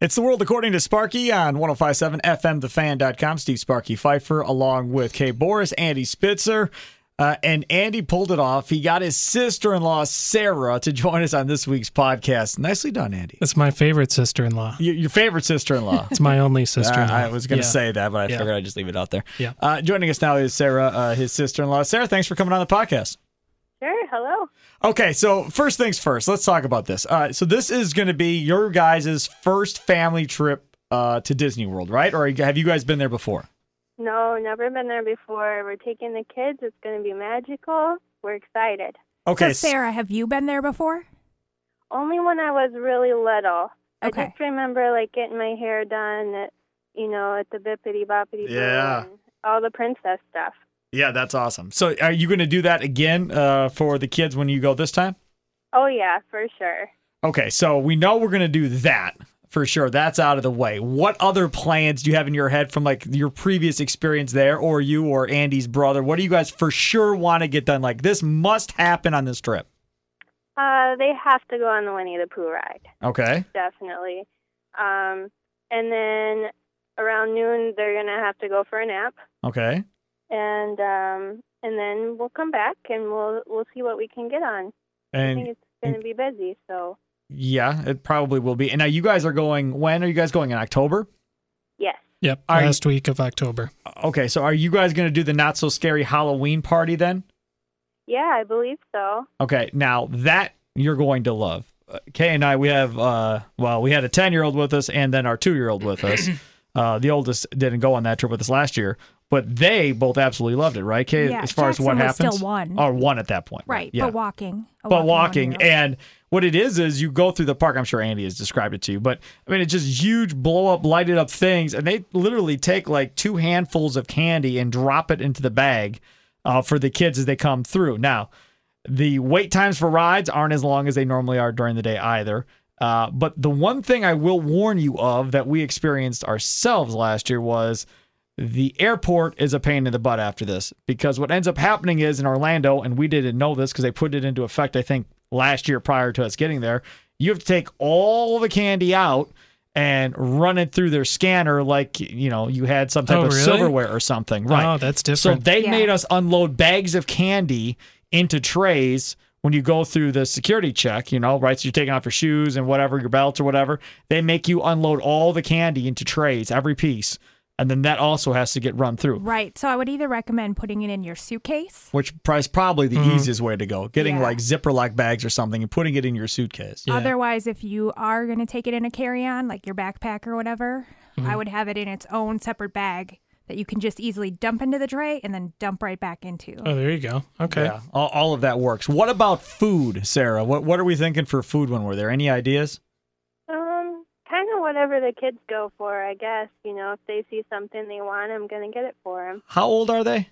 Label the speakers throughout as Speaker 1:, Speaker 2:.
Speaker 1: It's the world according to Sparky on 1057 FMTheFan.com. Steve Sparky Pfeiffer along with Kay Boris, Andy Spitzer. Uh, and Andy pulled it off. He got his sister in law, Sarah, to join us on this week's podcast. Nicely done, Andy.
Speaker 2: That's my favorite sister in law.
Speaker 1: Your, your favorite sister in law.
Speaker 2: It's my only sister in law.
Speaker 1: I was going to
Speaker 2: Yeah.
Speaker 1: say that, but I
Speaker 2: Yeah.
Speaker 1: figured I'd just leave it out there.
Speaker 2: Yeah.
Speaker 1: Uh, joining us now is Sarah, uh, his sister in law. Sarah, thanks for coming on the podcast.
Speaker 3: Sure. Hello.
Speaker 1: Okay, so first things first, let's talk about this. Uh, so this is going to be your guys' first family trip uh, to Disney World, right? Or have you guys been there before?
Speaker 3: No, never been there before. We're taking the kids. It's going to be magical. We're excited.
Speaker 1: Okay,
Speaker 4: so Sarah, have you been there before?
Speaker 3: Only when I was really little. I
Speaker 4: Okay.
Speaker 3: just remember like getting my hair done at, you know, at the bippity boppity. Boo
Speaker 1: Yeah.
Speaker 3: and All the princess stuff.
Speaker 1: yeah, that's awesome. So are you going to do that again uh, for the kids when you go this time?
Speaker 3: Oh yeah, for sure.
Speaker 1: Okay, so we know we're going to do that for sure. That's out of the way. What other plans do you have in your head from like your previous experience there, or you or Andy's brother? What do you guys for sure want to get done? Like this must happen on this trip.
Speaker 3: Uh, they have to go on the Winnie the Pooh ride.
Speaker 1: Okay.
Speaker 3: definitely. Um, and then around noon, they're gonna have to go for a nap,
Speaker 1: Okay.
Speaker 3: and um, and then we'll come back and we'll we'll see what we can get on. I think
Speaker 1: And
Speaker 3: it's gonna be busy, so
Speaker 1: yeah, it probably will be. And now you guys are going. When are you guys going in October?
Speaker 3: yes,
Speaker 2: Yep.
Speaker 1: Are you-
Speaker 2: last week of October.
Speaker 1: Okay, so are you guys going to do the not so scary Halloween party then?
Speaker 3: yeah, I believe so.
Speaker 1: Okay, now that you're going to love. Uh, Kay and I, we have, uh, well, we had a 10 year old with us and then our two year old with us. Uh, the oldest didn't go on that trip with us last year, but they both absolutely loved it, right, Kay?
Speaker 4: Yeah,
Speaker 1: as far
Speaker 4: Jackson
Speaker 1: as what
Speaker 4: was
Speaker 1: happens?
Speaker 4: still one.
Speaker 1: Or one at that point.
Speaker 4: Right,
Speaker 1: Yeah.
Speaker 4: but walking. a
Speaker 1: but walking
Speaker 4: one-year-old.
Speaker 1: and what it is is you go through the park i'm sure andy has described it to you but i mean it's just huge blow up lighted up things and they literally take like two handfuls of candy and drop it into the bag uh, for the kids as they come through now the wait times for rides aren't as long as they normally are during the day either uh, but the one thing i will warn you of that we experienced ourselves last year was the airport is a pain in the butt after this because what ends up happening is in Orlando, and we didn't know this because they put it into effect, I think, last year prior to us getting there. You have to take all the candy out and run it through their scanner like you know you had some type
Speaker 2: Oh,
Speaker 1: of
Speaker 2: really?
Speaker 1: silverware or something, right?
Speaker 2: Oh, that's
Speaker 1: so
Speaker 2: different.
Speaker 1: they
Speaker 4: Yeah.
Speaker 1: made us unload bags of candy into trays when you go through the security check, you know, right? So you're taking off your shoes and whatever, your belts or whatever. They make you unload all the candy into trays, every piece. And then that also has to get run through,
Speaker 4: Right. So I would either recommend putting it in your suitcase.
Speaker 1: which is probably the easiest way to go. Getting
Speaker 4: Yeah.
Speaker 1: like zipper lock bags or something and putting it in your suitcase.
Speaker 2: Yeah.
Speaker 4: Otherwise, if you are going to take it in a carry on, like your backpack or whatever, I
Speaker 1: Mm-hmm.
Speaker 4: would have it in its own separate bag that you can just easily dump into the tray and then dump right back into.
Speaker 1: Uh.
Speaker 2: oh, there you go. Okay.
Speaker 1: Yeah, all, all of that works. What about food, Sarah? What what are we thinking for food when we're there? Any ideas?
Speaker 3: Um, kind of whatever the kids go for, I guess. You know, if they see something they want, I'm gonna get it for them.
Speaker 1: How old are they?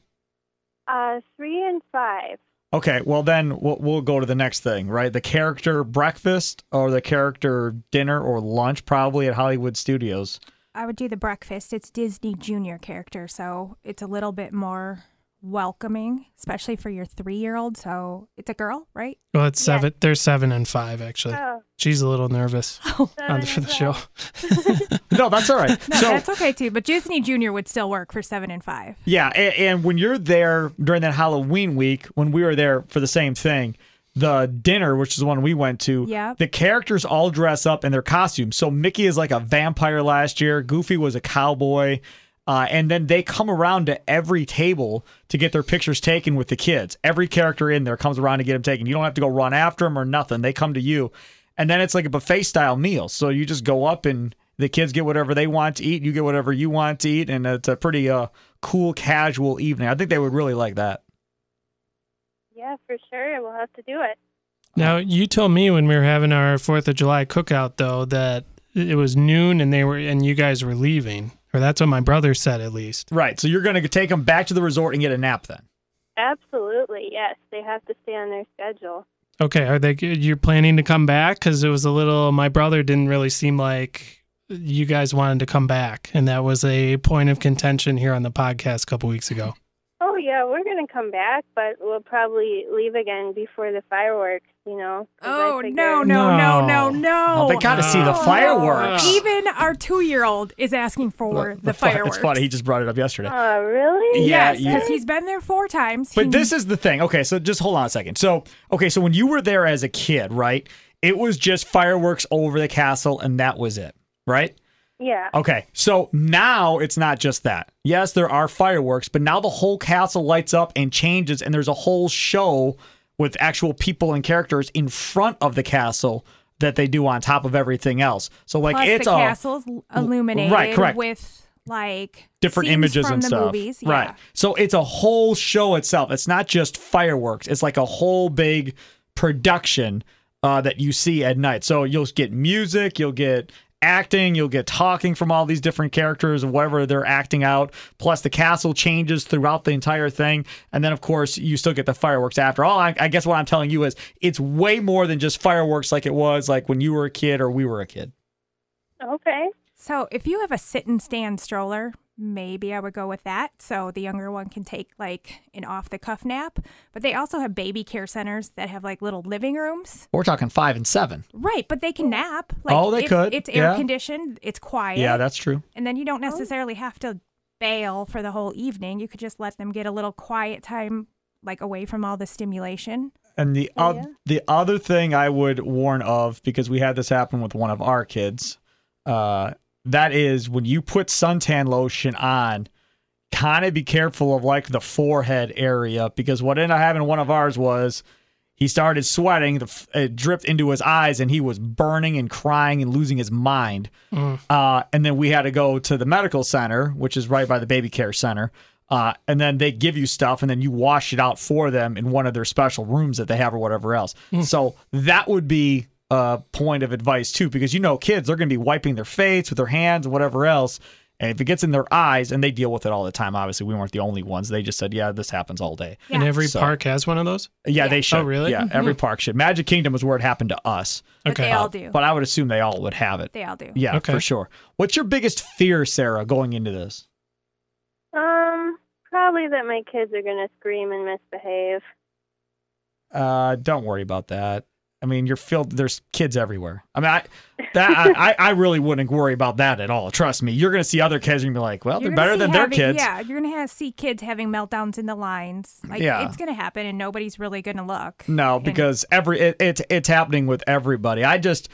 Speaker 3: Uh, three and five.
Speaker 1: Okay, well then we'll, we'll go to the next thing, right? The character breakfast or the character dinner or lunch, probably at Hollywood Studios.
Speaker 4: I would do the breakfast. It's Disney Junior character, so it's a little bit more welcoming, especially for your three year old. So it's a girl, right?
Speaker 2: Well, it's
Speaker 3: Yeah.
Speaker 2: seven. They're seven and five, actually.
Speaker 3: Oh,
Speaker 2: She's a little nervous on
Speaker 3: seven
Speaker 2: for the
Speaker 3: and
Speaker 2: show.
Speaker 3: five.
Speaker 1: No, that's all right.
Speaker 4: No,
Speaker 1: so
Speaker 4: that's okay too. But Disney Junior would still work for seven and five.
Speaker 1: yeah, and, and when you're there during that Halloween week, when we were there for the same thing, the dinner, which is the one we went to,
Speaker 4: Yep.
Speaker 1: the characters all dress up in their costumes. So Mickey is like a vampire last year. Goofy was a cowboy. Uh, and then they come around to every table to get their pictures taken with the kids. Every character in there comes around to get them taken. You don't have to go run after them or nothing. They come to you. And then it's like a buffet style meal. So you just go up and the kids get whatever they want to eat. You get whatever you want to eat. And it's a pretty uh, cool, casual evening. I think they would really like that.
Speaker 3: Yeah, for sure. We'll have to do it.
Speaker 2: Now, you told me when we were having our Fourth of July cookout, though, that it was noon and they were and you guys were leaving, or that's what my brother said, at least.
Speaker 1: Right. So you're going to take them back to the resort and get a nap then.
Speaker 3: Absolutely, yes. They have to stay on their schedule.
Speaker 2: Okay, are they? You're planning to come back? Because it was a little. My brother didn't really seem like you guys wanted to come back, and that was a point of contention here on the podcast a couple weeks ago.
Speaker 3: Oh yeah, we're gonna gonna come back, but we'll probably leave again before the fireworks. You know. 'cause I
Speaker 4: Oh
Speaker 3: figure-
Speaker 4: no no no
Speaker 2: No.
Speaker 4: no no!
Speaker 1: they got to see the
Speaker 2: Oh, no.
Speaker 1: fireworks.
Speaker 2: Wow.
Speaker 4: Even our two-year-old is asking for the,
Speaker 1: fi-
Speaker 4: fireworks.
Speaker 1: It's funny. He just brought it up yesterday.
Speaker 3: Oh really?
Speaker 1: Yeah,
Speaker 4: yes,
Speaker 1: yeah.
Speaker 4: because he's been there four times.
Speaker 1: But
Speaker 4: He-
Speaker 1: this is the thing. Okay, so just hold on a second. So, okay, so when you were there as a kid, right? It was just fireworks over the castle and that was it, right?
Speaker 3: Yeah.
Speaker 1: Okay. So now it's not just that. Yes, there are fireworks, but now the whole castle lights up and changes and there's a whole show with actual people and characters in front of the castle that they do on top of everything else. So like
Speaker 4: plus
Speaker 1: it's
Speaker 4: the
Speaker 1: a
Speaker 4: castle's illuminated
Speaker 1: right, correct.
Speaker 4: with like
Speaker 1: different
Speaker 4: scenes
Speaker 1: images
Speaker 4: from
Speaker 1: and
Speaker 4: the
Speaker 1: stuff.
Speaker 4: Movies.
Speaker 1: Right.
Speaker 4: Yeah.
Speaker 1: So it's a whole show itself. It's not just fireworks. It's like a whole big production uh, that you see at night. So you'll get music, you'll get acting, you'll get talking from all these different characters and whatever they're acting out. Plus the castle changes throughout the entire thing. And then of course you still get the fireworks after. All I, I guess what I'm telling you is it's way more than just fireworks like it was like when you were a kid or we were a kid.
Speaker 3: Okay.
Speaker 4: So if you have a sit and stand stroller, maybe I would go with that. So the younger one can take like an off the cuff nap. But they also have baby care centers that have like little living rooms.
Speaker 1: We're talking five and seven.
Speaker 4: Right, but they can nap. Like
Speaker 1: Oh, they
Speaker 4: it's,
Speaker 1: could,
Speaker 4: It's air
Speaker 1: yeah.
Speaker 4: conditioned. It's quiet.
Speaker 1: Yeah, that's true.
Speaker 4: and then you don't necessarily have to bail for the whole evening. You could just let them get a little quiet time, like away from all the stimulation.
Speaker 1: And the oth- the other thing I would warn of because we had this happen with one of our kids, uh, that is when you put suntan lotion on, kind of be careful of like the forehead area because what ended up happening to one of ours was he started sweating, the f- it dripped into his eyes, and he was burning and crying and losing his mind. Uh, and then we had to go to the medical center, which is right by the baby care center. Uh, and then they give you stuff, and then you wash it out for them in one of their special rooms that they have, or whatever else. So that would be a point of advice too, because you know kids they're going to be wiping their face with their hands and whatever else. And if it gets in their eyes, and they deal with it all the time. Obviously, we weren't the only ones. They just said, "Yeah, this happens all day."
Speaker 2: And
Speaker 4: Yeah.
Speaker 2: every
Speaker 1: So-
Speaker 2: park has one of those.
Speaker 1: Yeah, they should.
Speaker 2: Oh, really? Mm-hmm.
Speaker 1: Yeah, every park should. Magic Kingdom is where it happened to us, Uh,
Speaker 4: But
Speaker 2: Okay.
Speaker 4: they all do.
Speaker 1: but I would assume they all would have it.
Speaker 4: they all do.
Speaker 1: Yeah,
Speaker 2: Okay.
Speaker 1: for sure. What's your biggest fear, Sarah, going into this?
Speaker 3: Um, probably that my kids are gonna scream and misbehave.
Speaker 1: Uh, don't worry about that. I mean, you're filled. There's kids everywhere. I mean, I that I, I, I really wouldn't worry about that at all. Trust me. You're gonna see other kids and you're gonna be like, well,
Speaker 4: You're
Speaker 1: they're better
Speaker 4: gonna see
Speaker 1: than their
Speaker 4: having-
Speaker 1: kids.
Speaker 4: Yeah, you're gonna have, see kids having meltdowns in the lines. Like
Speaker 1: Yeah.
Speaker 4: it's gonna happen, and nobody's really gonna look.
Speaker 1: No,
Speaker 4: And-
Speaker 1: because every it, it's it's happening with everybody. I just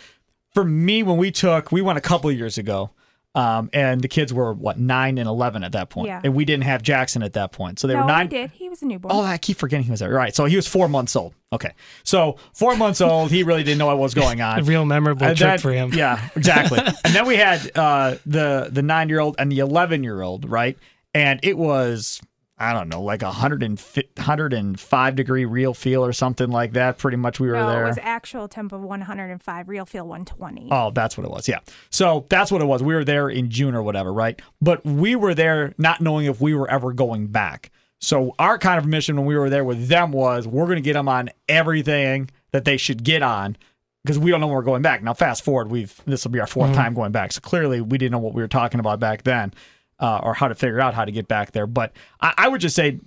Speaker 1: for me when we took we went a couple of years ago, um, and the kids were what nine and eleven at that point,
Speaker 4: Yeah.
Speaker 1: and we didn't have Jackson at that point, so they
Speaker 4: no,
Speaker 1: were
Speaker 4: he
Speaker 1: nine.
Speaker 4: did. He was a newborn.
Speaker 1: Oh, I keep forgetting he was there. Right, so he was four months old. Okay, so four months old, he really didn't know what was going
Speaker 2: A
Speaker 1: on.
Speaker 2: real memorable
Speaker 1: And
Speaker 2: trip
Speaker 1: then-
Speaker 2: for him.
Speaker 1: Yeah, exactly. and then we had uh, the the nine year old and the eleven year old, right? And it was I don't know, like a hundred and fi- 105 degree real feel or something like that. Pretty much, we were
Speaker 4: no,
Speaker 1: there.
Speaker 4: it was actual temp of 105, real feel 120.
Speaker 1: Oh, that's what it was. Yeah. So that's what it was. We were there in June or whatever, right? But we were there not knowing if we were ever going back. So our kind of mission when we were there with them was we're going to get them on everything that they should get on because we don't know when we're going back. Now, fast forward, we've this will be our 4th time going back. So clearly, we didn't know what we were talking about back then, uh, or how to figure out how to get back there. But I, I would just say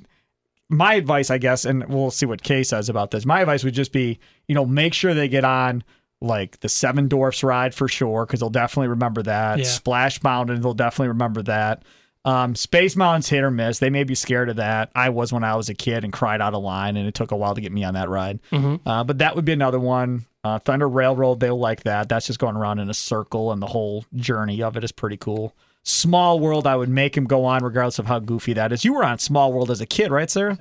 Speaker 1: my advice, I guess, and we'll see what Kay says about this. My advice would just be, you know, make sure they get on like the Seven Dwarfs ride for sure, because they'll definitely remember that.
Speaker 2: Yeah.
Speaker 1: Splash Mountain, they'll definitely remember that. Um, Space Mountain's hit or miss. They may be scared of that. I was when I was a kid and cried out of line, and it took a while to get me on that ride.
Speaker 2: Mhm.
Speaker 1: Uh, but that would be another one. Uh, Thunder Railroad, they'll like that. That's just going around in a circle, and the whole journey of it is pretty cool. Small World, I would make him go on, regardless of how goofy that is. You were on Small World as a kid, right, Sarah?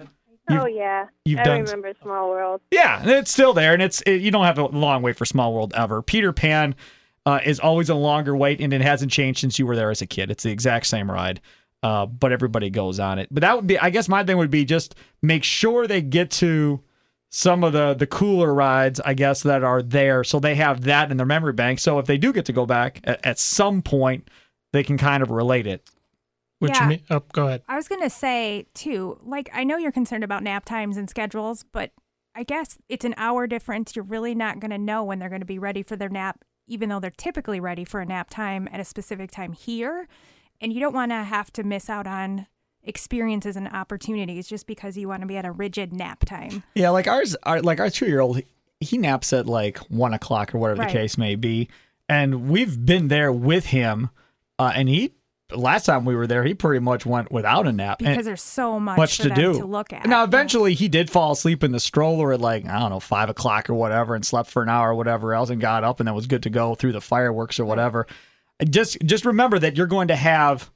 Speaker 1: You've-
Speaker 3: oh yeah.
Speaker 1: you've
Speaker 3: I
Speaker 1: done-
Speaker 3: remember Small World.
Speaker 1: Yeah, and it's still there, and it's it, you don't have a long wait for Small World ever. Peter Pan uh, is always a longer wait, and it hasn't changed since you were there as a kid. It's the exact same ride, uh, but everybody goes on it. But that would be, I guess, my thing would be just make sure they get to some of the the cooler rides, I guess, that are there, so they have that in their memory bank. So if they do get to go back at, at some point, they can kind of relate it.
Speaker 2: Which
Speaker 4: Yeah.
Speaker 2: me- oh, go ahead.
Speaker 4: I was going to say, too, like, I know you're concerned about nap times and schedules, but I guess it's an hour difference. You're really not going to know when they're going to be ready for their nap, even though they're typically ready for a nap time at a specific time here. And you don't want to have to miss out on experiences and opportunities just because you want to be at a rigid nap time.
Speaker 1: Yeah, like ours, our, like our two year old, he naps at like one o'clock or whatever the
Speaker 4: Right.
Speaker 1: case may be, and we've been there with him, uh, and he last time we were there, he pretty much went without a nap. and-
Speaker 4: because there's so much,
Speaker 1: much
Speaker 4: for
Speaker 1: to
Speaker 4: them
Speaker 1: do
Speaker 4: to look at.
Speaker 1: Now,
Speaker 4: Yeah.
Speaker 1: eventually, he did fall asleep in the stroller at like I don't know five o'clock or whatever, and slept for an hour or whatever else, and got up and then was good to go through the fireworks or whatever. Just just remember that you're going to have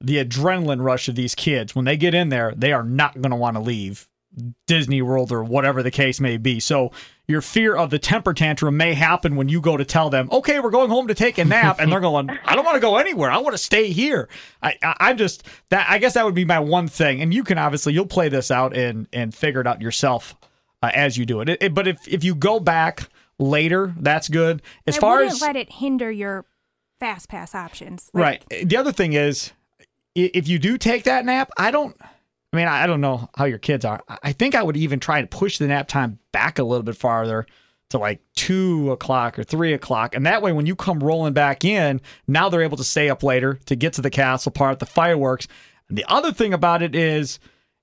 Speaker 1: the adrenaline rush of these kids when they get in there. They are not going to want to leave Disney World or whatever the case may be. So your fear of the temper tantrum may happen when you go to tell them, "Okay, we're going home to take a nap," and they're going, "I don't want to go anywhere. I want to stay here." I, I I'm just that. I guess that would be my one thing. And you can obviously you'll play this out and and figure it out yourself uh, as you do it. It- it- But if if you go back later, that's good. As
Speaker 4: I
Speaker 1: far
Speaker 4: wouldn't
Speaker 1: as
Speaker 4: let it hinder your fast pass options. Like,
Speaker 1: Right. The other thing is, i- if you do take that nap, I don't. I mean, I I don't know how your kids are. I- I think I would even try and push the nap time back a little bit farther to like two o'clock or three o'clock, and that way, when you come rolling back in, now they're able to stay up later to get to the castle part, the fireworks. And the other thing about it is.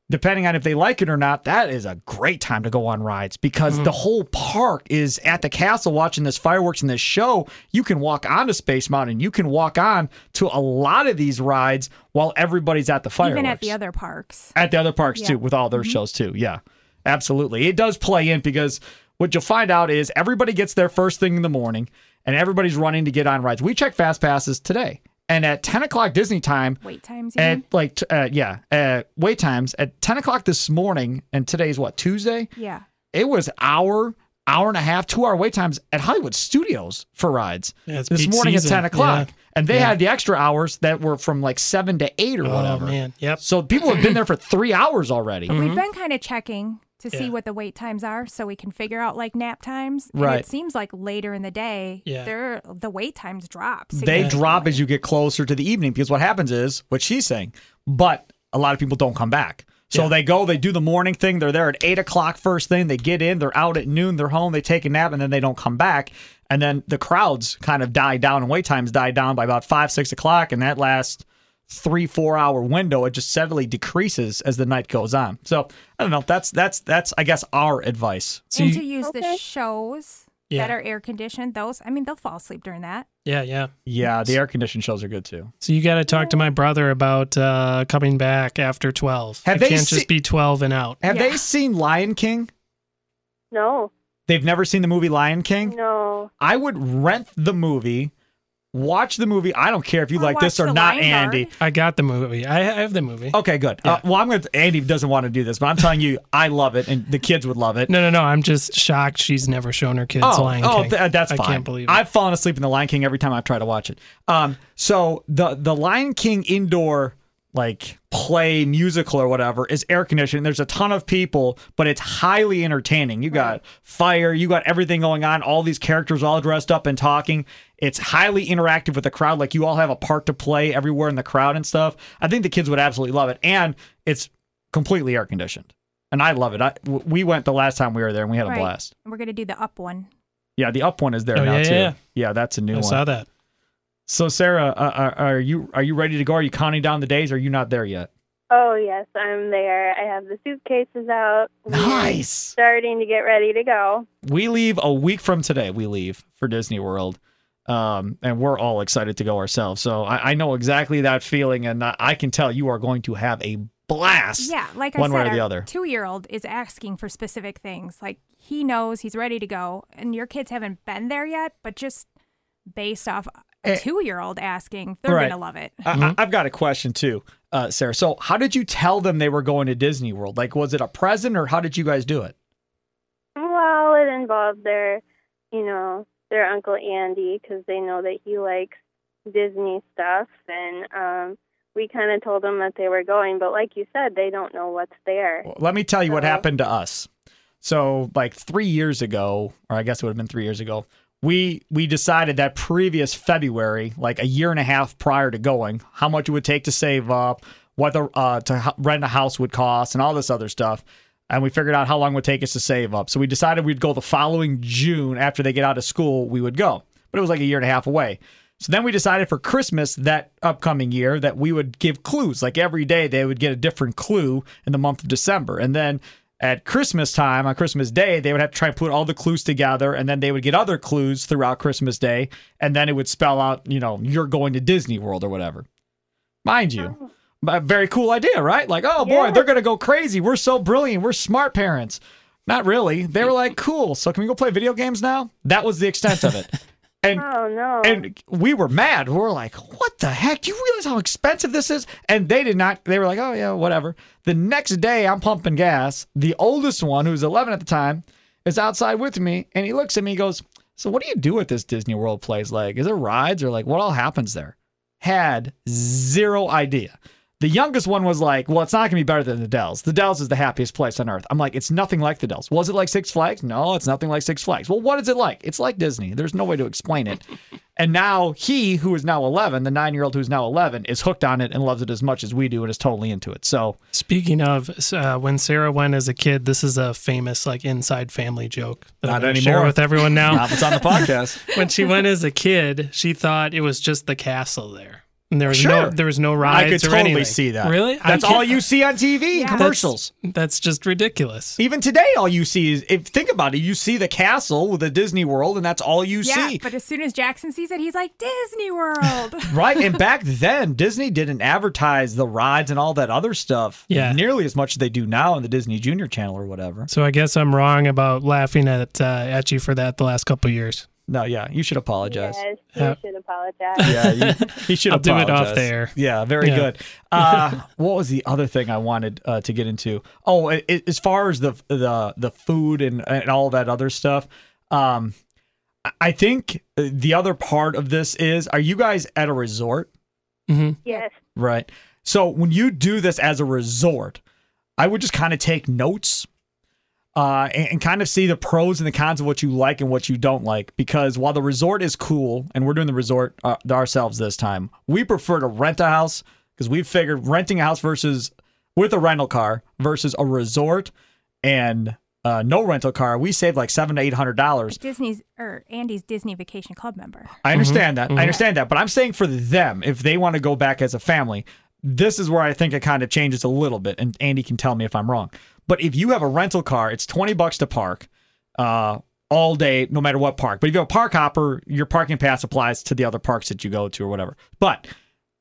Speaker 1: Depending on if they like it or not, that is a great time to go on rides because the whole park is at the castle watching this fireworks and this show. You can walk onto Space Mountain. You can walk on to a lot of these rides while everybody's at the fireworks.
Speaker 4: Even at the other parks.
Speaker 1: At the other parks
Speaker 4: Yeah. Mm-hmm.
Speaker 1: too, with all their shows too. Yeah, absolutely. It does play in because what you'll find out is everybody gets there first thing in the morning, and everybody's running to get on rides. We checked fast passes today, and at ten o'clock Disney time.
Speaker 4: Wait times. you
Speaker 1: At
Speaker 4: mean?
Speaker 1: like t- uh, yeah, uh, wait times at ten o'clock this morning, and today's what Tuesday.
Speaker 4: Yeah.
Speaker 1: It was hour, hour and a half, two hour wait times at Hollywood Studios for rides
Speaker 2: Yeah, it's
Speaker 1: this
Speaker 2: peak
Speaker 1: morning
Speaker 2: season.
Speaker 1: at ten o'clock,
Speaker 2: Yeah.
Speaker 1: and they
Speaker 2: Yeah.
Speaker 1: had the extra hours that were from like seven to eight or
Speaker 2: Oh
Speaker 1: whatever.
Speaker 2: man, yep.
Speaker 1: So people have been there for three hours already.
Speaker 4: We've been kind of checking to see
Speaker 2: Yeah.
Speaker 4: what the wait times are so we can figure out like nap times. And
Speaker 1: Right.
Speaker 4: it seems like later in the day,
Speaker 2: Yeah.
Speaker 4: they're, the wait times drop.
Speaker 1: They drop
Speaker 4: significantly.
Speaker 1: as you get closer to the evening because what happens is what she's saying, but a lot of people don't come back. So
Speaker 2: Yeah.
Speaker 1: they go, they do the morning thing. They're there at eight o'clock first thing. They get in, they're out at noon, they're home, they take a nap, and then they don't come back. And then the crowds kind of die down and wait times die down by about five, six o'clock. And that lasts three, four hour window. It just steadily decreases as the night goes on. So I don't know. That's, that's, that's, I guess, our advice.
Speaker 2: So
Speaker 4: and
Speaker 2: you-
Speaker 4: to use the
Speaker 3: Okay.
Speaker 4: shows
Speaker 2: Yeah.
Speaker 4: that are air conditioned, those, I mean, they'll fall asleep during that.
Speaker 2: yeah, yeah.
Speaker 1: Yeah. The air conditioned shows are good too.
Speaker 2: So you got to talk to my brother about uh, coming back after twelve.
Speaker 1: Have
Speaker 2: it
Speaker 1: they
Speaker 2: can't
Speaker 1: se-
Speaker 2: just be twelve and out.
Speaker 1: Have
Speaker 4: Yeah.
Speaker 1: they seen Lion King?
Speaker 3: No,
Speaker 1: They've never seen the movie Lion King?
Speaker 3: no.
Speaker 1: I would rent the movie, watch the movie. I don't care if you
Speaker 4: Or
Speaker 1: like this
Speaker 4: watch
Speaker 1: or
Speaker 4: The
Speaker 1: not,
Speaker 4: Lion Guard.
Speaker 1: Andy.
Speaker 2: I got the movie. I, I have the movie.
Speaker 1: Okay, good. Uh, well, I'm going to, Andy doesn't want to do this, but I'm telling you, I love it and the kids would love it.
Speaker 2: No, no, no. I'm just shocked she's never shown her kids
Speaker 1: oh,
Speaker 2: Lion
Speaker 1: oh
Speaker 2: King.
Speaker 1: th- that's
Speaker 2: I
Speaker 1: fine.
Speaker 2: can't believe it.
Speaker 1: I've fallen asleep in the Lion King every time I've tried to watch it. Um, so the the Lion King indoor like play musical or whatever is air conditioned. There's a ton of people, but it's highly entertaining. You got fire, you got everything going on, all these characters all dressed up and talking. It's highly interactive with the crowd. Like you all have a part to play everywhere in the crowd and stuff. I think the kids would absolutely love it. And it's completely air conditioned. And I love it. I, w- we went the last time we were there and we had a
Speaker 4: Right.
Speaker 1: blast.
Speaker 4: And we're going to do the up one.
Speaker 1: Yeah, the up one is there
Speaker 2: Oh,
Speaker 1: now
Speaker 2: yeah,
Speaker 1: too.
Speaker 2: yeah.
Speaker 1: that's a new
Speaker 2: I
Speaker 1: one.
Speaker 2: saw that.
Speaker 1: So Sarah, uh, are, are you are you ready to go? Are you counting down the days? Or are you not there yet?
Speaker 3: Oh yes, I'm there. I have the suitcases out. We are
Speaker 1: Nice.
Speaker 3: Starting to get ready to go.
Speaker 1: We leave a week from today. We leave for Disney World, um, and we're all excited to go ourselves. So I, I know exactly that feeling, and I, I can tell you are going to have a blast.
Speaker 4: Yeah, like
Speaker 1: one
Speaker 4: I
Speaker 1: way
Speaker 4: said,
Speaker 1: or the
Speaker 4: our
Speaker 1: other.
Speaker 4: two-year-old is asking for specific things. Like he knows he's ready to go, and your kids haven't been there yet, but just based off a
Speaker 1: Eh.
Speaker 4: two-year-old asking, they're
Speaker 1: Right.
Speaker 4: gonna love it.
Speaker 1: I,
Speaker 2: Mm-hmm.
Speaker 1: I, I've got a question too, uh, Sarah. So how did you tell them they were going to Disney World? Like, was it a present, or how did you guys do it?
Speaker 3: Well, it involved their, you know, their uncle Andy because they know that he likes Disney stuff, and um, we kind of told them that they were going, but like you said, they don't know what's there.
Speaker 1: Well, let me tell you what
Speaker 3: Uh-oh.
Speaker 1: happened to us. So, like three years ago, or I guess it would have been three years ago, we we decided that previous February, like a year and a half prior to going, how much it would take to save up, what the uh, to ho- rent a house would cost, and all this other stuff. And we figured out how long it would take us to save up. So we decided we'd go the following June after they get out of school. We would go, but it was like a year and a half away. So then we decided for Christmas that upcoming year that we would give clues. Like every day they would get a different clue in the month of December. And then at Christmas time, on Christmas Day, they would have to try and put all the clues together and then they would get other clues throughout Christmas Day. And then it would spell out, you know, you're going to Disney World or whatever. Mind you, a very cool idea, right? Like, oh boy,
Speaker 3: Yeah.
Speaker 1: they're going to go crazy. We're so brilliant. We're smart parents. Not really. They were like, cool. So can we go play video games now? That was the extent of it. And
Speaker 3: Oh no.
Speaker 1: and we were mad. We were like, "What the heck? Do you realize how expensive this is?" And they did not. They were like, "Oh yeah, whatever." The next day, I'm pumping gas. The oldest one, who was 11 at the time, is outside with me, and he looks at me. He goes, "So what do you do at this Disney World place? Like, is it rides or like what all happens there?" Had zero idea. The youngest one was like, "Well, it's not gonna be better than the Dells. The Dells is the happiest place on earth." I'm like, "It's nothing like the Dells. Was it like Six Flags? No, it's nothing like Six Flags. Well, what is it like? It's like Disney. There's no way to explain it." And now he, who is now 11, the nine year old who's now 11, is hooked on it and loves it as much as we do and is totally into it. So,
Speaker 2: Speaking of, uh, when Sarah went as a kid, this is a famous like inside family joke that
Speaker 1: Not
Speaker 2: I'm gonna share
Speaker 1: anymore.
Speaker 2: with everyone now.
Speaker 1: Bob, it's on the podcast.
Speaker 2: when she went as a kid, she thought it was just the castle there, and there was
Speaker 1: Sure.
Speaker 2: no there was no
Speaker 1: I
Speaker 2: rides
Speaker 1: could
Speaker 2: or
Speaker 1: totally
Speaker 2: anything.
Speaker 1: see that.
Speaker 2: Really, I
Speaker 1: That's
Speaker 2: can't-
Speaker 1: all you see on TV
Speaker 4: Yeah.
Speaker 1: and
Speaker 4: That's-
Speaker 1: commercials.
Speaker 2: That's just ridiculous.
Speaker 1: Even today, all you see is, if think about it, you see the castle with the Disney World, and that's all you
Speaker 4: yeah,
Speaker 1: see.
Speaker 4: but as soon as Jackson sees it, he's like Disney World.
Speaker 1: right? And back then, Disney didn't advertise the rides and all that other stuff
Speaker 2: Yeah.
Speaker 1: nearly as much as they do now on the Disney Junior Channel or whatever.
Speaker 2: So I guess I'm wrong about laughing at uh, at you for that the last couple years.
Speaker 1: No, yeah, you should apologize.
Speaker 3: yes,
Speaker 2: Uh,
Speaker 3: you should apologize.
Speaker 1: Yeah, you, he should
Speaker 2: I'll do it off
Speaker 1: apologize.
Speaker 2: there.
Speaker 1: Yeah, very
Speaker 2: Yeah.
Speaker 1: good. Uh, what was the other thing I wanted uh, to get into? Oh, a- a- as far as the the the food and and all that other stuff. Um, I- I think uh, the other part of this is: Are you guys at a resort?
Speaker 2: hmm
Speaker 3: Yes.
Speaker 1: Right. So when you do this as a resort, I would just kind of take notes uh, and, and kind of see the pros and the cons of what you like and what you don't like. Because while the resort is cool, and we're doing the resort uh, ourselves this time, we prefer to rent a house because we figured renting a house versus with a rental car versus a resort and uh, no rental car, we save like seven to eight hundred dollars.
Speaker 4: Disney's or Andy's Disney Vacation Club member.
Speaker 1: I understand that. I understand that. But I'm saying for them, if they want to go back as a family, this is where I think it kind of changes a little bit. And Andy can tell me if I'm wrong. But if you have a rental car, it's 20 bucks to park uh, all day, no matter what park. But if you have a park hopper, your parking pass applies to the other parks that you go to or whatever. But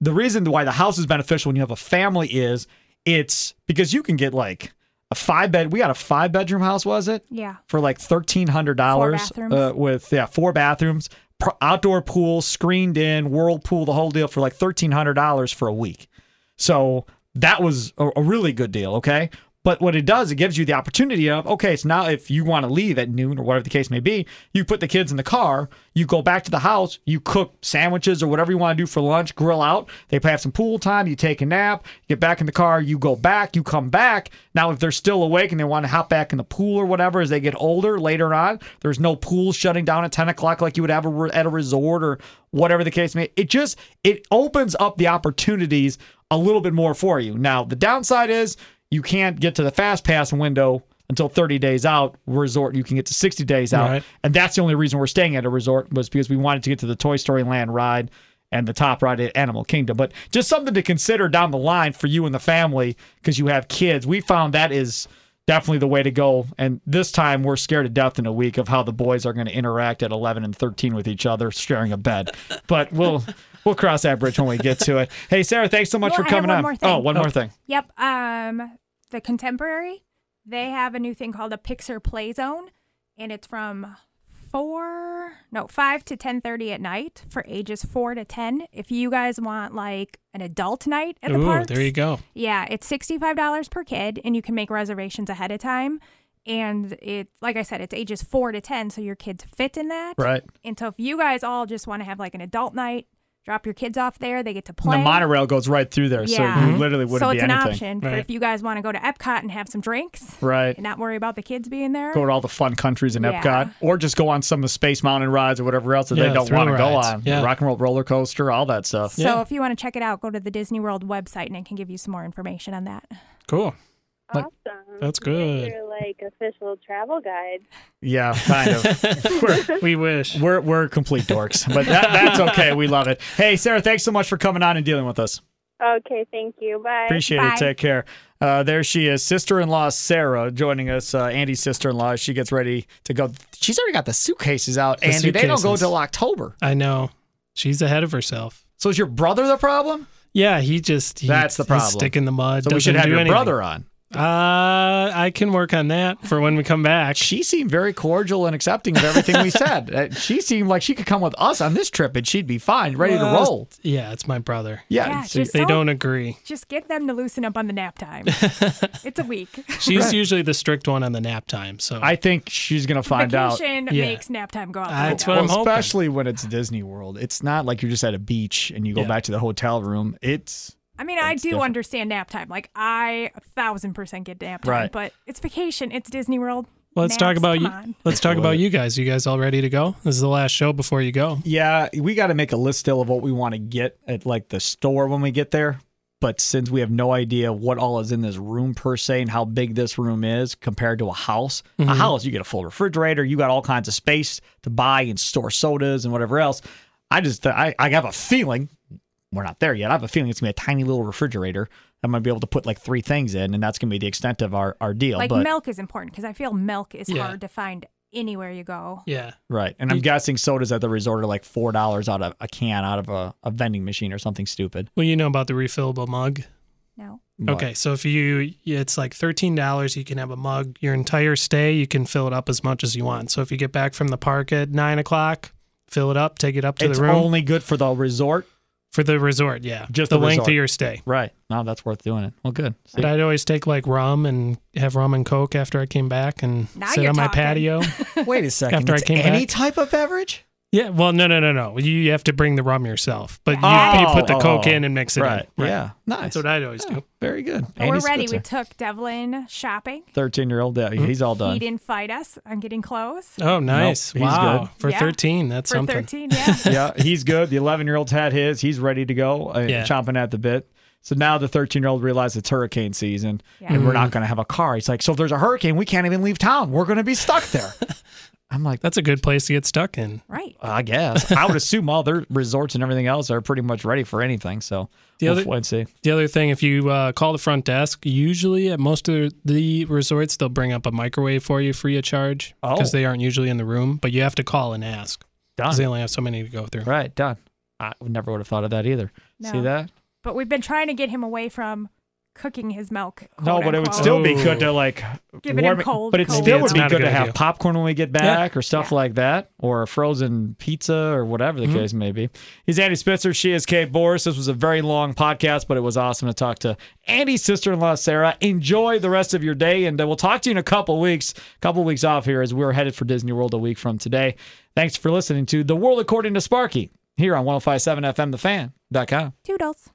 Speaker 1: the reason why the house is beneficial when you have a family is it's because you can get like a five bed. We got a five bedroom house, was it?
Speaker 4: Yeah.
Speaker 1: for like thirteen hundred dollars
Speaker 4: Four bathrooms.
Speaker 1: uh, with yeah four bathrooms, pro- outdoor pool, screened in, whirlpool, the whole deal for like thirteen hundred dollars for a week. So that was a, a really good deal. Okay. But what it does, it gives you the opportunity of, okay, so now if you want to leave at noon or whatever the case may be, you put the kids in the car, you go back to the house, you cook sandwiches or whatever you want to do for lunch, grill out. They have some pool time, you take a nap, get back in the car, you go back, you come back. Now, if they're still awake and they want to hop back in the pool or whatever as they get older later on, there's no pool shutting down at 10 o'clock like you would have a re- at a resort or whatever the case may It just, it opens up the opportunities a little bit more for you. Now, the downside is you can't get to the fast pass window until 30 days out. Resort, you can get to 60 days out.
Speaker 2: Right.
Speaker 1: And that's the only reason we're staying at a resort was because we wanted to get to the Toy Story Land ride and the top ride at Animal Kingdom. But just something to consider down the line for you and the family because you have kids. We found that is definitely the way to go. And this time we're scared to death in a week of how the boys are going to interact at 11 and 13 with each other sharing a bed. But we'll. We'll cross that bridge when we get to it. Hey, Sarah, thanks so much
Speaker 4: Well,
Speaker 1: for
Speaker 4: I have
Speaker 1: coming
Speaker 4: one
Speaker 1: on.
Speaker 4: more thing.
Speaker 1: Oh, one more thing.
Speaker 4: Yep. Um, the Contemporary, they have a new thing called a Pixar Play Zone, and it's from four, no, five to ten thirty at night for ages four to ten. If you guys want like an adult night at the
Speaker 2: Ooh,
Speaker 4: park,
Speaker 2: there you go.
Speaker 4: Yeah, it's sixty-five dollars per kid, and you can make reservations ahead of time. And it, like I said, it's ages four to ten, so your kids fit in that.
Speaker 1: Right.
Speaker 4: And so, if you guys all just want to have like an adult night, drop your kids off there. They get to
Speaker 1: And
Speaker 4: play.
Speaker 1: The monorail goes right through there, so
Speaker 4: Yeah.
Speaker 1: you Mm-hmm. literally wouldn't
Speaker 4: so
Speaker 1: be
Speaker 4: it's an
Speaker 1: anything.
Speaker 4: option for
Speaker 2: Right.
Speaker 4: if you guys want to go to Epcot and have some drinks
Speaker 1: Right.
Speaker 4: and not worry about the kids being there.
Speaker 1: Go to all the fun countries in
Speaker 4: Yeah.
Speaker 1: Epcot, or just go on some of the Space Mountain rides or whatever else that
Speaker 2: Yeah,
Speaker 1: they don't
Speaker 2: thrill
Speaker 1: want to go
Speaker 2: rides.
Speaker 1: on.
Speaker 2: Yeah.
Speaker 1: Rock and Roll Roller Coaster, all that stuff.
Speaker 4: so
Speaker 2: Yeah.
Speaker 4: if you want to check it out, go to the Disney World website and it can give you some more information on that.
Speaker 2: Cool.
Speaker 1: Like-
Speaker 3: Awesome.
Speaker 2: That's
Speaker 3: You guys
Speaker 2: good.
Speaker 3: are, like official travel guide.
Speaker 1: Yeah, kind of. we're,
Speaker 2: We wish.
Speaker 1: we're we're complete dorks, but that, that's okay. We love it. Hey, Sarah, thanks so much for coming on and dealing with us.
Speaker 3: Okay, thank you. Bye.
Speaker 1: Appreciate
Speaker 4: Bye.
Speaker 1: it. Take care. Uh, there she is, sister-in-law Sarah, joining us. Uh, Andy's sister-in-law. She gets ready to go. She's already got the suitcases out,
Speaker 2: The
Speaker 1: Andy. They don't go
Speaker 2: suitcases.
Speaker 1: till October.
Speaker 2: I know. She's ahead of herself.
Speaker 1: So is your brother the problem?
Speaker 2: Yeah, he just he,
Speaker 1: That's the problem.
Speaker 2: He's stick in the mud.
Speaker 1: So we should
Speaker 2: doesn't
Speaker 1: have
Speaker 2: do
Speaker 1: your
Speaker 2: anything.
Speaker 1: brother on.
Speaker 2: Uh, I can work on that for when we come back.
Speaker 1: She seemed very cordial and accepting of everything we said. Uh, She seemed like she could come with us on this trip and she'd be fine, ready
Speaker 2: Well,
Speaker 1: to roll.
Speaker 2: Yeah, it's my brother.
Speaker 1: Yeah.
Speaker 4: Yeah,
Speaker 1: so-
Speaker 4: just-
Speaker 2: They
Speaker 4: So-
Speaker 2: don't agree.
Speaker 4: Just get them to loosen up on the nap time. it's a week.
Speaker 2: She's usually the strict one on the nap time. So
Speaker 1: I think she's gonna find out.
Speaker 4: Vacation
Speaker 2: Yeah.
Speaker 4: makes nap time go out. the
Speaker 2: That's
Speaker 4: window.
Speaker 2: what I'm hoping.
Speaker 1: especially when it's Disney World. It's not like you're just at a beach and you go
Speaker 2: Yeah.
Speaker 1: back to the hotel room. It's
Speaker 4: I mean, I
Speaker 1: It's
Speaker 4: do
Speaker 1: different.
Speaker 4: understand nap time. Like I a thousand percent get nap time,
Speaker 1: Right.
Speaker 4: but it's vacation. It's Disney World.
Speaker 2: let's
Speaker 4: Naps,
Speaker 2: talk about
Speaker 4: come
Speaker 2: you.
Speaker 4: on.
Speaker 2: Let's talk
Speaker 1: Enjoy it.
Speaker 2: about you guys. You guys all ready to go? This is the last show before you go.
Speaker 1: yeah, we got to make a list still of what we want to get at like the store when we get there. But since we have no idea what all is in this room per se and how big this room is compared to a house, a house you get a full refrigerator, you got all kinds of space to buy and store sodas and whatever else. I just I, I have a feeling we're not there yet. I have a feeling it's gonna be a tiny little refrigerator. I'm gonna be able to put like three things in, and that's gonna be the extent of our our deal.
Speaker 4: Like
Speaker 1: but
Speaker 4: milk is important because I feel milk is
Speaker 2: Yeah.
Speaker 4: hard to find anywhere you go.
Speaker 2: Yeah.
Speaker 1: Right. And I'm guessing sodas at the resort are like four dollars out of a can out of a, a vending machine or something stupid.
Speaker 2: Well, you know about the refillable mug.
Speaker 4: No.
Speaker 1: But-
Speaker 2: Okay, so if you, it's like thirteen dollars, you can have a mug your entire stay. You can fill it up as much as you want. So if you get back from the park at nine o'clock, fill it up, take it up to
Speaker 1: It's
Speaker 2: the room
Speaker 1: only good for the resort.
Speaker 2: for the resort. Yeah,
Speaker 1: Just
Speaker 2: the,
Speaker 1: the
Speaker 2: length
Speaker 1: resort.
Speaker 2: of your stay.
Speaker 1: Right. No, that's worth doing it. Well good. See?
Speaker 2: But I'd always take like rum and have rum and coke after I came back and
Speaker 4: Now
Speaker 2: sit
Speaker 4: you're
Speaker 2: on my
Speaker 4: talking.
Speaker 2: patio.
Speaker 1: Wait a second.
Speaker 2: After I
Speaker 1: It's
Speaker 2: came
Speaker 1: any
Speaker 2: back-
Speaker 1: type of beverage?
Speaker 2: yeah, well, no, no, no, no. You, you have to bring the rum yourself, but you, you
Speaker 1: Oh,
Speaker 2: put the coke
Speaker 1: oh,
Speaker 2: in and mix it
Speaker 1: Right.
Speaker 2: in.
Speaker 1: Yeah. Nice.
Speaker 2: that's what I'd always
Speaker 1: Yeah,
Speaker 2: do.
Speaker 1: Very good.
Speaker 4: But we're ready. We took Devlin shopping.
Speaker 1: Thirteen year old
Speaker 2: Mm-hmm.
Speaker 1: he's all
Speaker 4: He
Speaker 1: done.
Speaker 4: didn't fight us on getting clothes.
Speaker 2: Oh, nice!
Speaker 1: he's
Speaker 2: wow,
Speaker 1: good.
Speaker 2: for
Speaker 4: Yeah.
Speaker 2: thirteen, that's
Speaker 4: For
Speaker 2: something.
Speaker 4: 13, yeah.
Speaker 1: yeah, he's good. The 11 year old's had his. He's ready to go, uh,
Speaker 2: Yeah.
Speaker 1: chomping at the bit. So now the 13 year old realizes it's hurricane season and we're
Speaker 2: Mm-hmm.
Speaker 1: not going to have a car. He's like, So if there's a hurricane, we can't even leave town. We're going to be stuck there. I'm like,
Speaker 2: That's a good place to get stuck in.
Speaker 4: right.
Speaker 1: I guess. I would assume all their resorts and everything else are pretty much ready for anything. So
Speaker 2: The
Speaker 1: we'll
Speaker 2: other-
Speaker 1: wait and see.
Speaker 2: The other thing, if you uh, call the front desk, usually at most of the resorts, they'll bring up a microwave for you free of charge because
Speaker 1: Oh.
Speaker 2: they aren't usually in the room, but you have to call and ask because they
Speaker 1: Done.
Speaker 2: only have so many to go through.
Speaker 1: Right, done. I would never would have thought of that either. See
Speaker 4: No.
Speaker 1: that?
Speaker 4: But we've been trying to get him away from cooking his milk.
Speaker 1: No,
Speaker 4: quote
Speaker 1: but it would
Speaker 4: unquote.
Speaker 1: still be
Speaker 2: Oh.
Speaker 1: good to like
Speaker 4: Give it in
Speaker 1: warm
Speaker 4: cold,
Speaker 1: But it
Speaker 4: cold.
Speaker 1: still
Speaker 4: Maybe
Speaker 1: would
Speaker 4: it's
Speaker 1: be
Speaker 2: not a
Speaker 1: good to
Speaker 2: good
Speaker 1: have
Speaker 2: idea.
Speaker 1: popcorn when we get back or stuff
Speaker 4: Yeah.
Speaker 1: like that, or a frozen pizza or whatever
Speaker 2: Mm-hmm.
Speaker 1: the case may be. He's Andy Spitzer. She is Kate Boris. This was a very long podcast, but it was awesome to talk to Andy's sister in law, Sarah. Enjoy the rest of your day, and uh, we'll talk to you in a couple weeks, couple weeks off here as we're headed for Disney World a week from today. oh Thanks for listening to The World According to Sparky here on 1057 FM, The Fan.com.
Speaker 4: Toodles.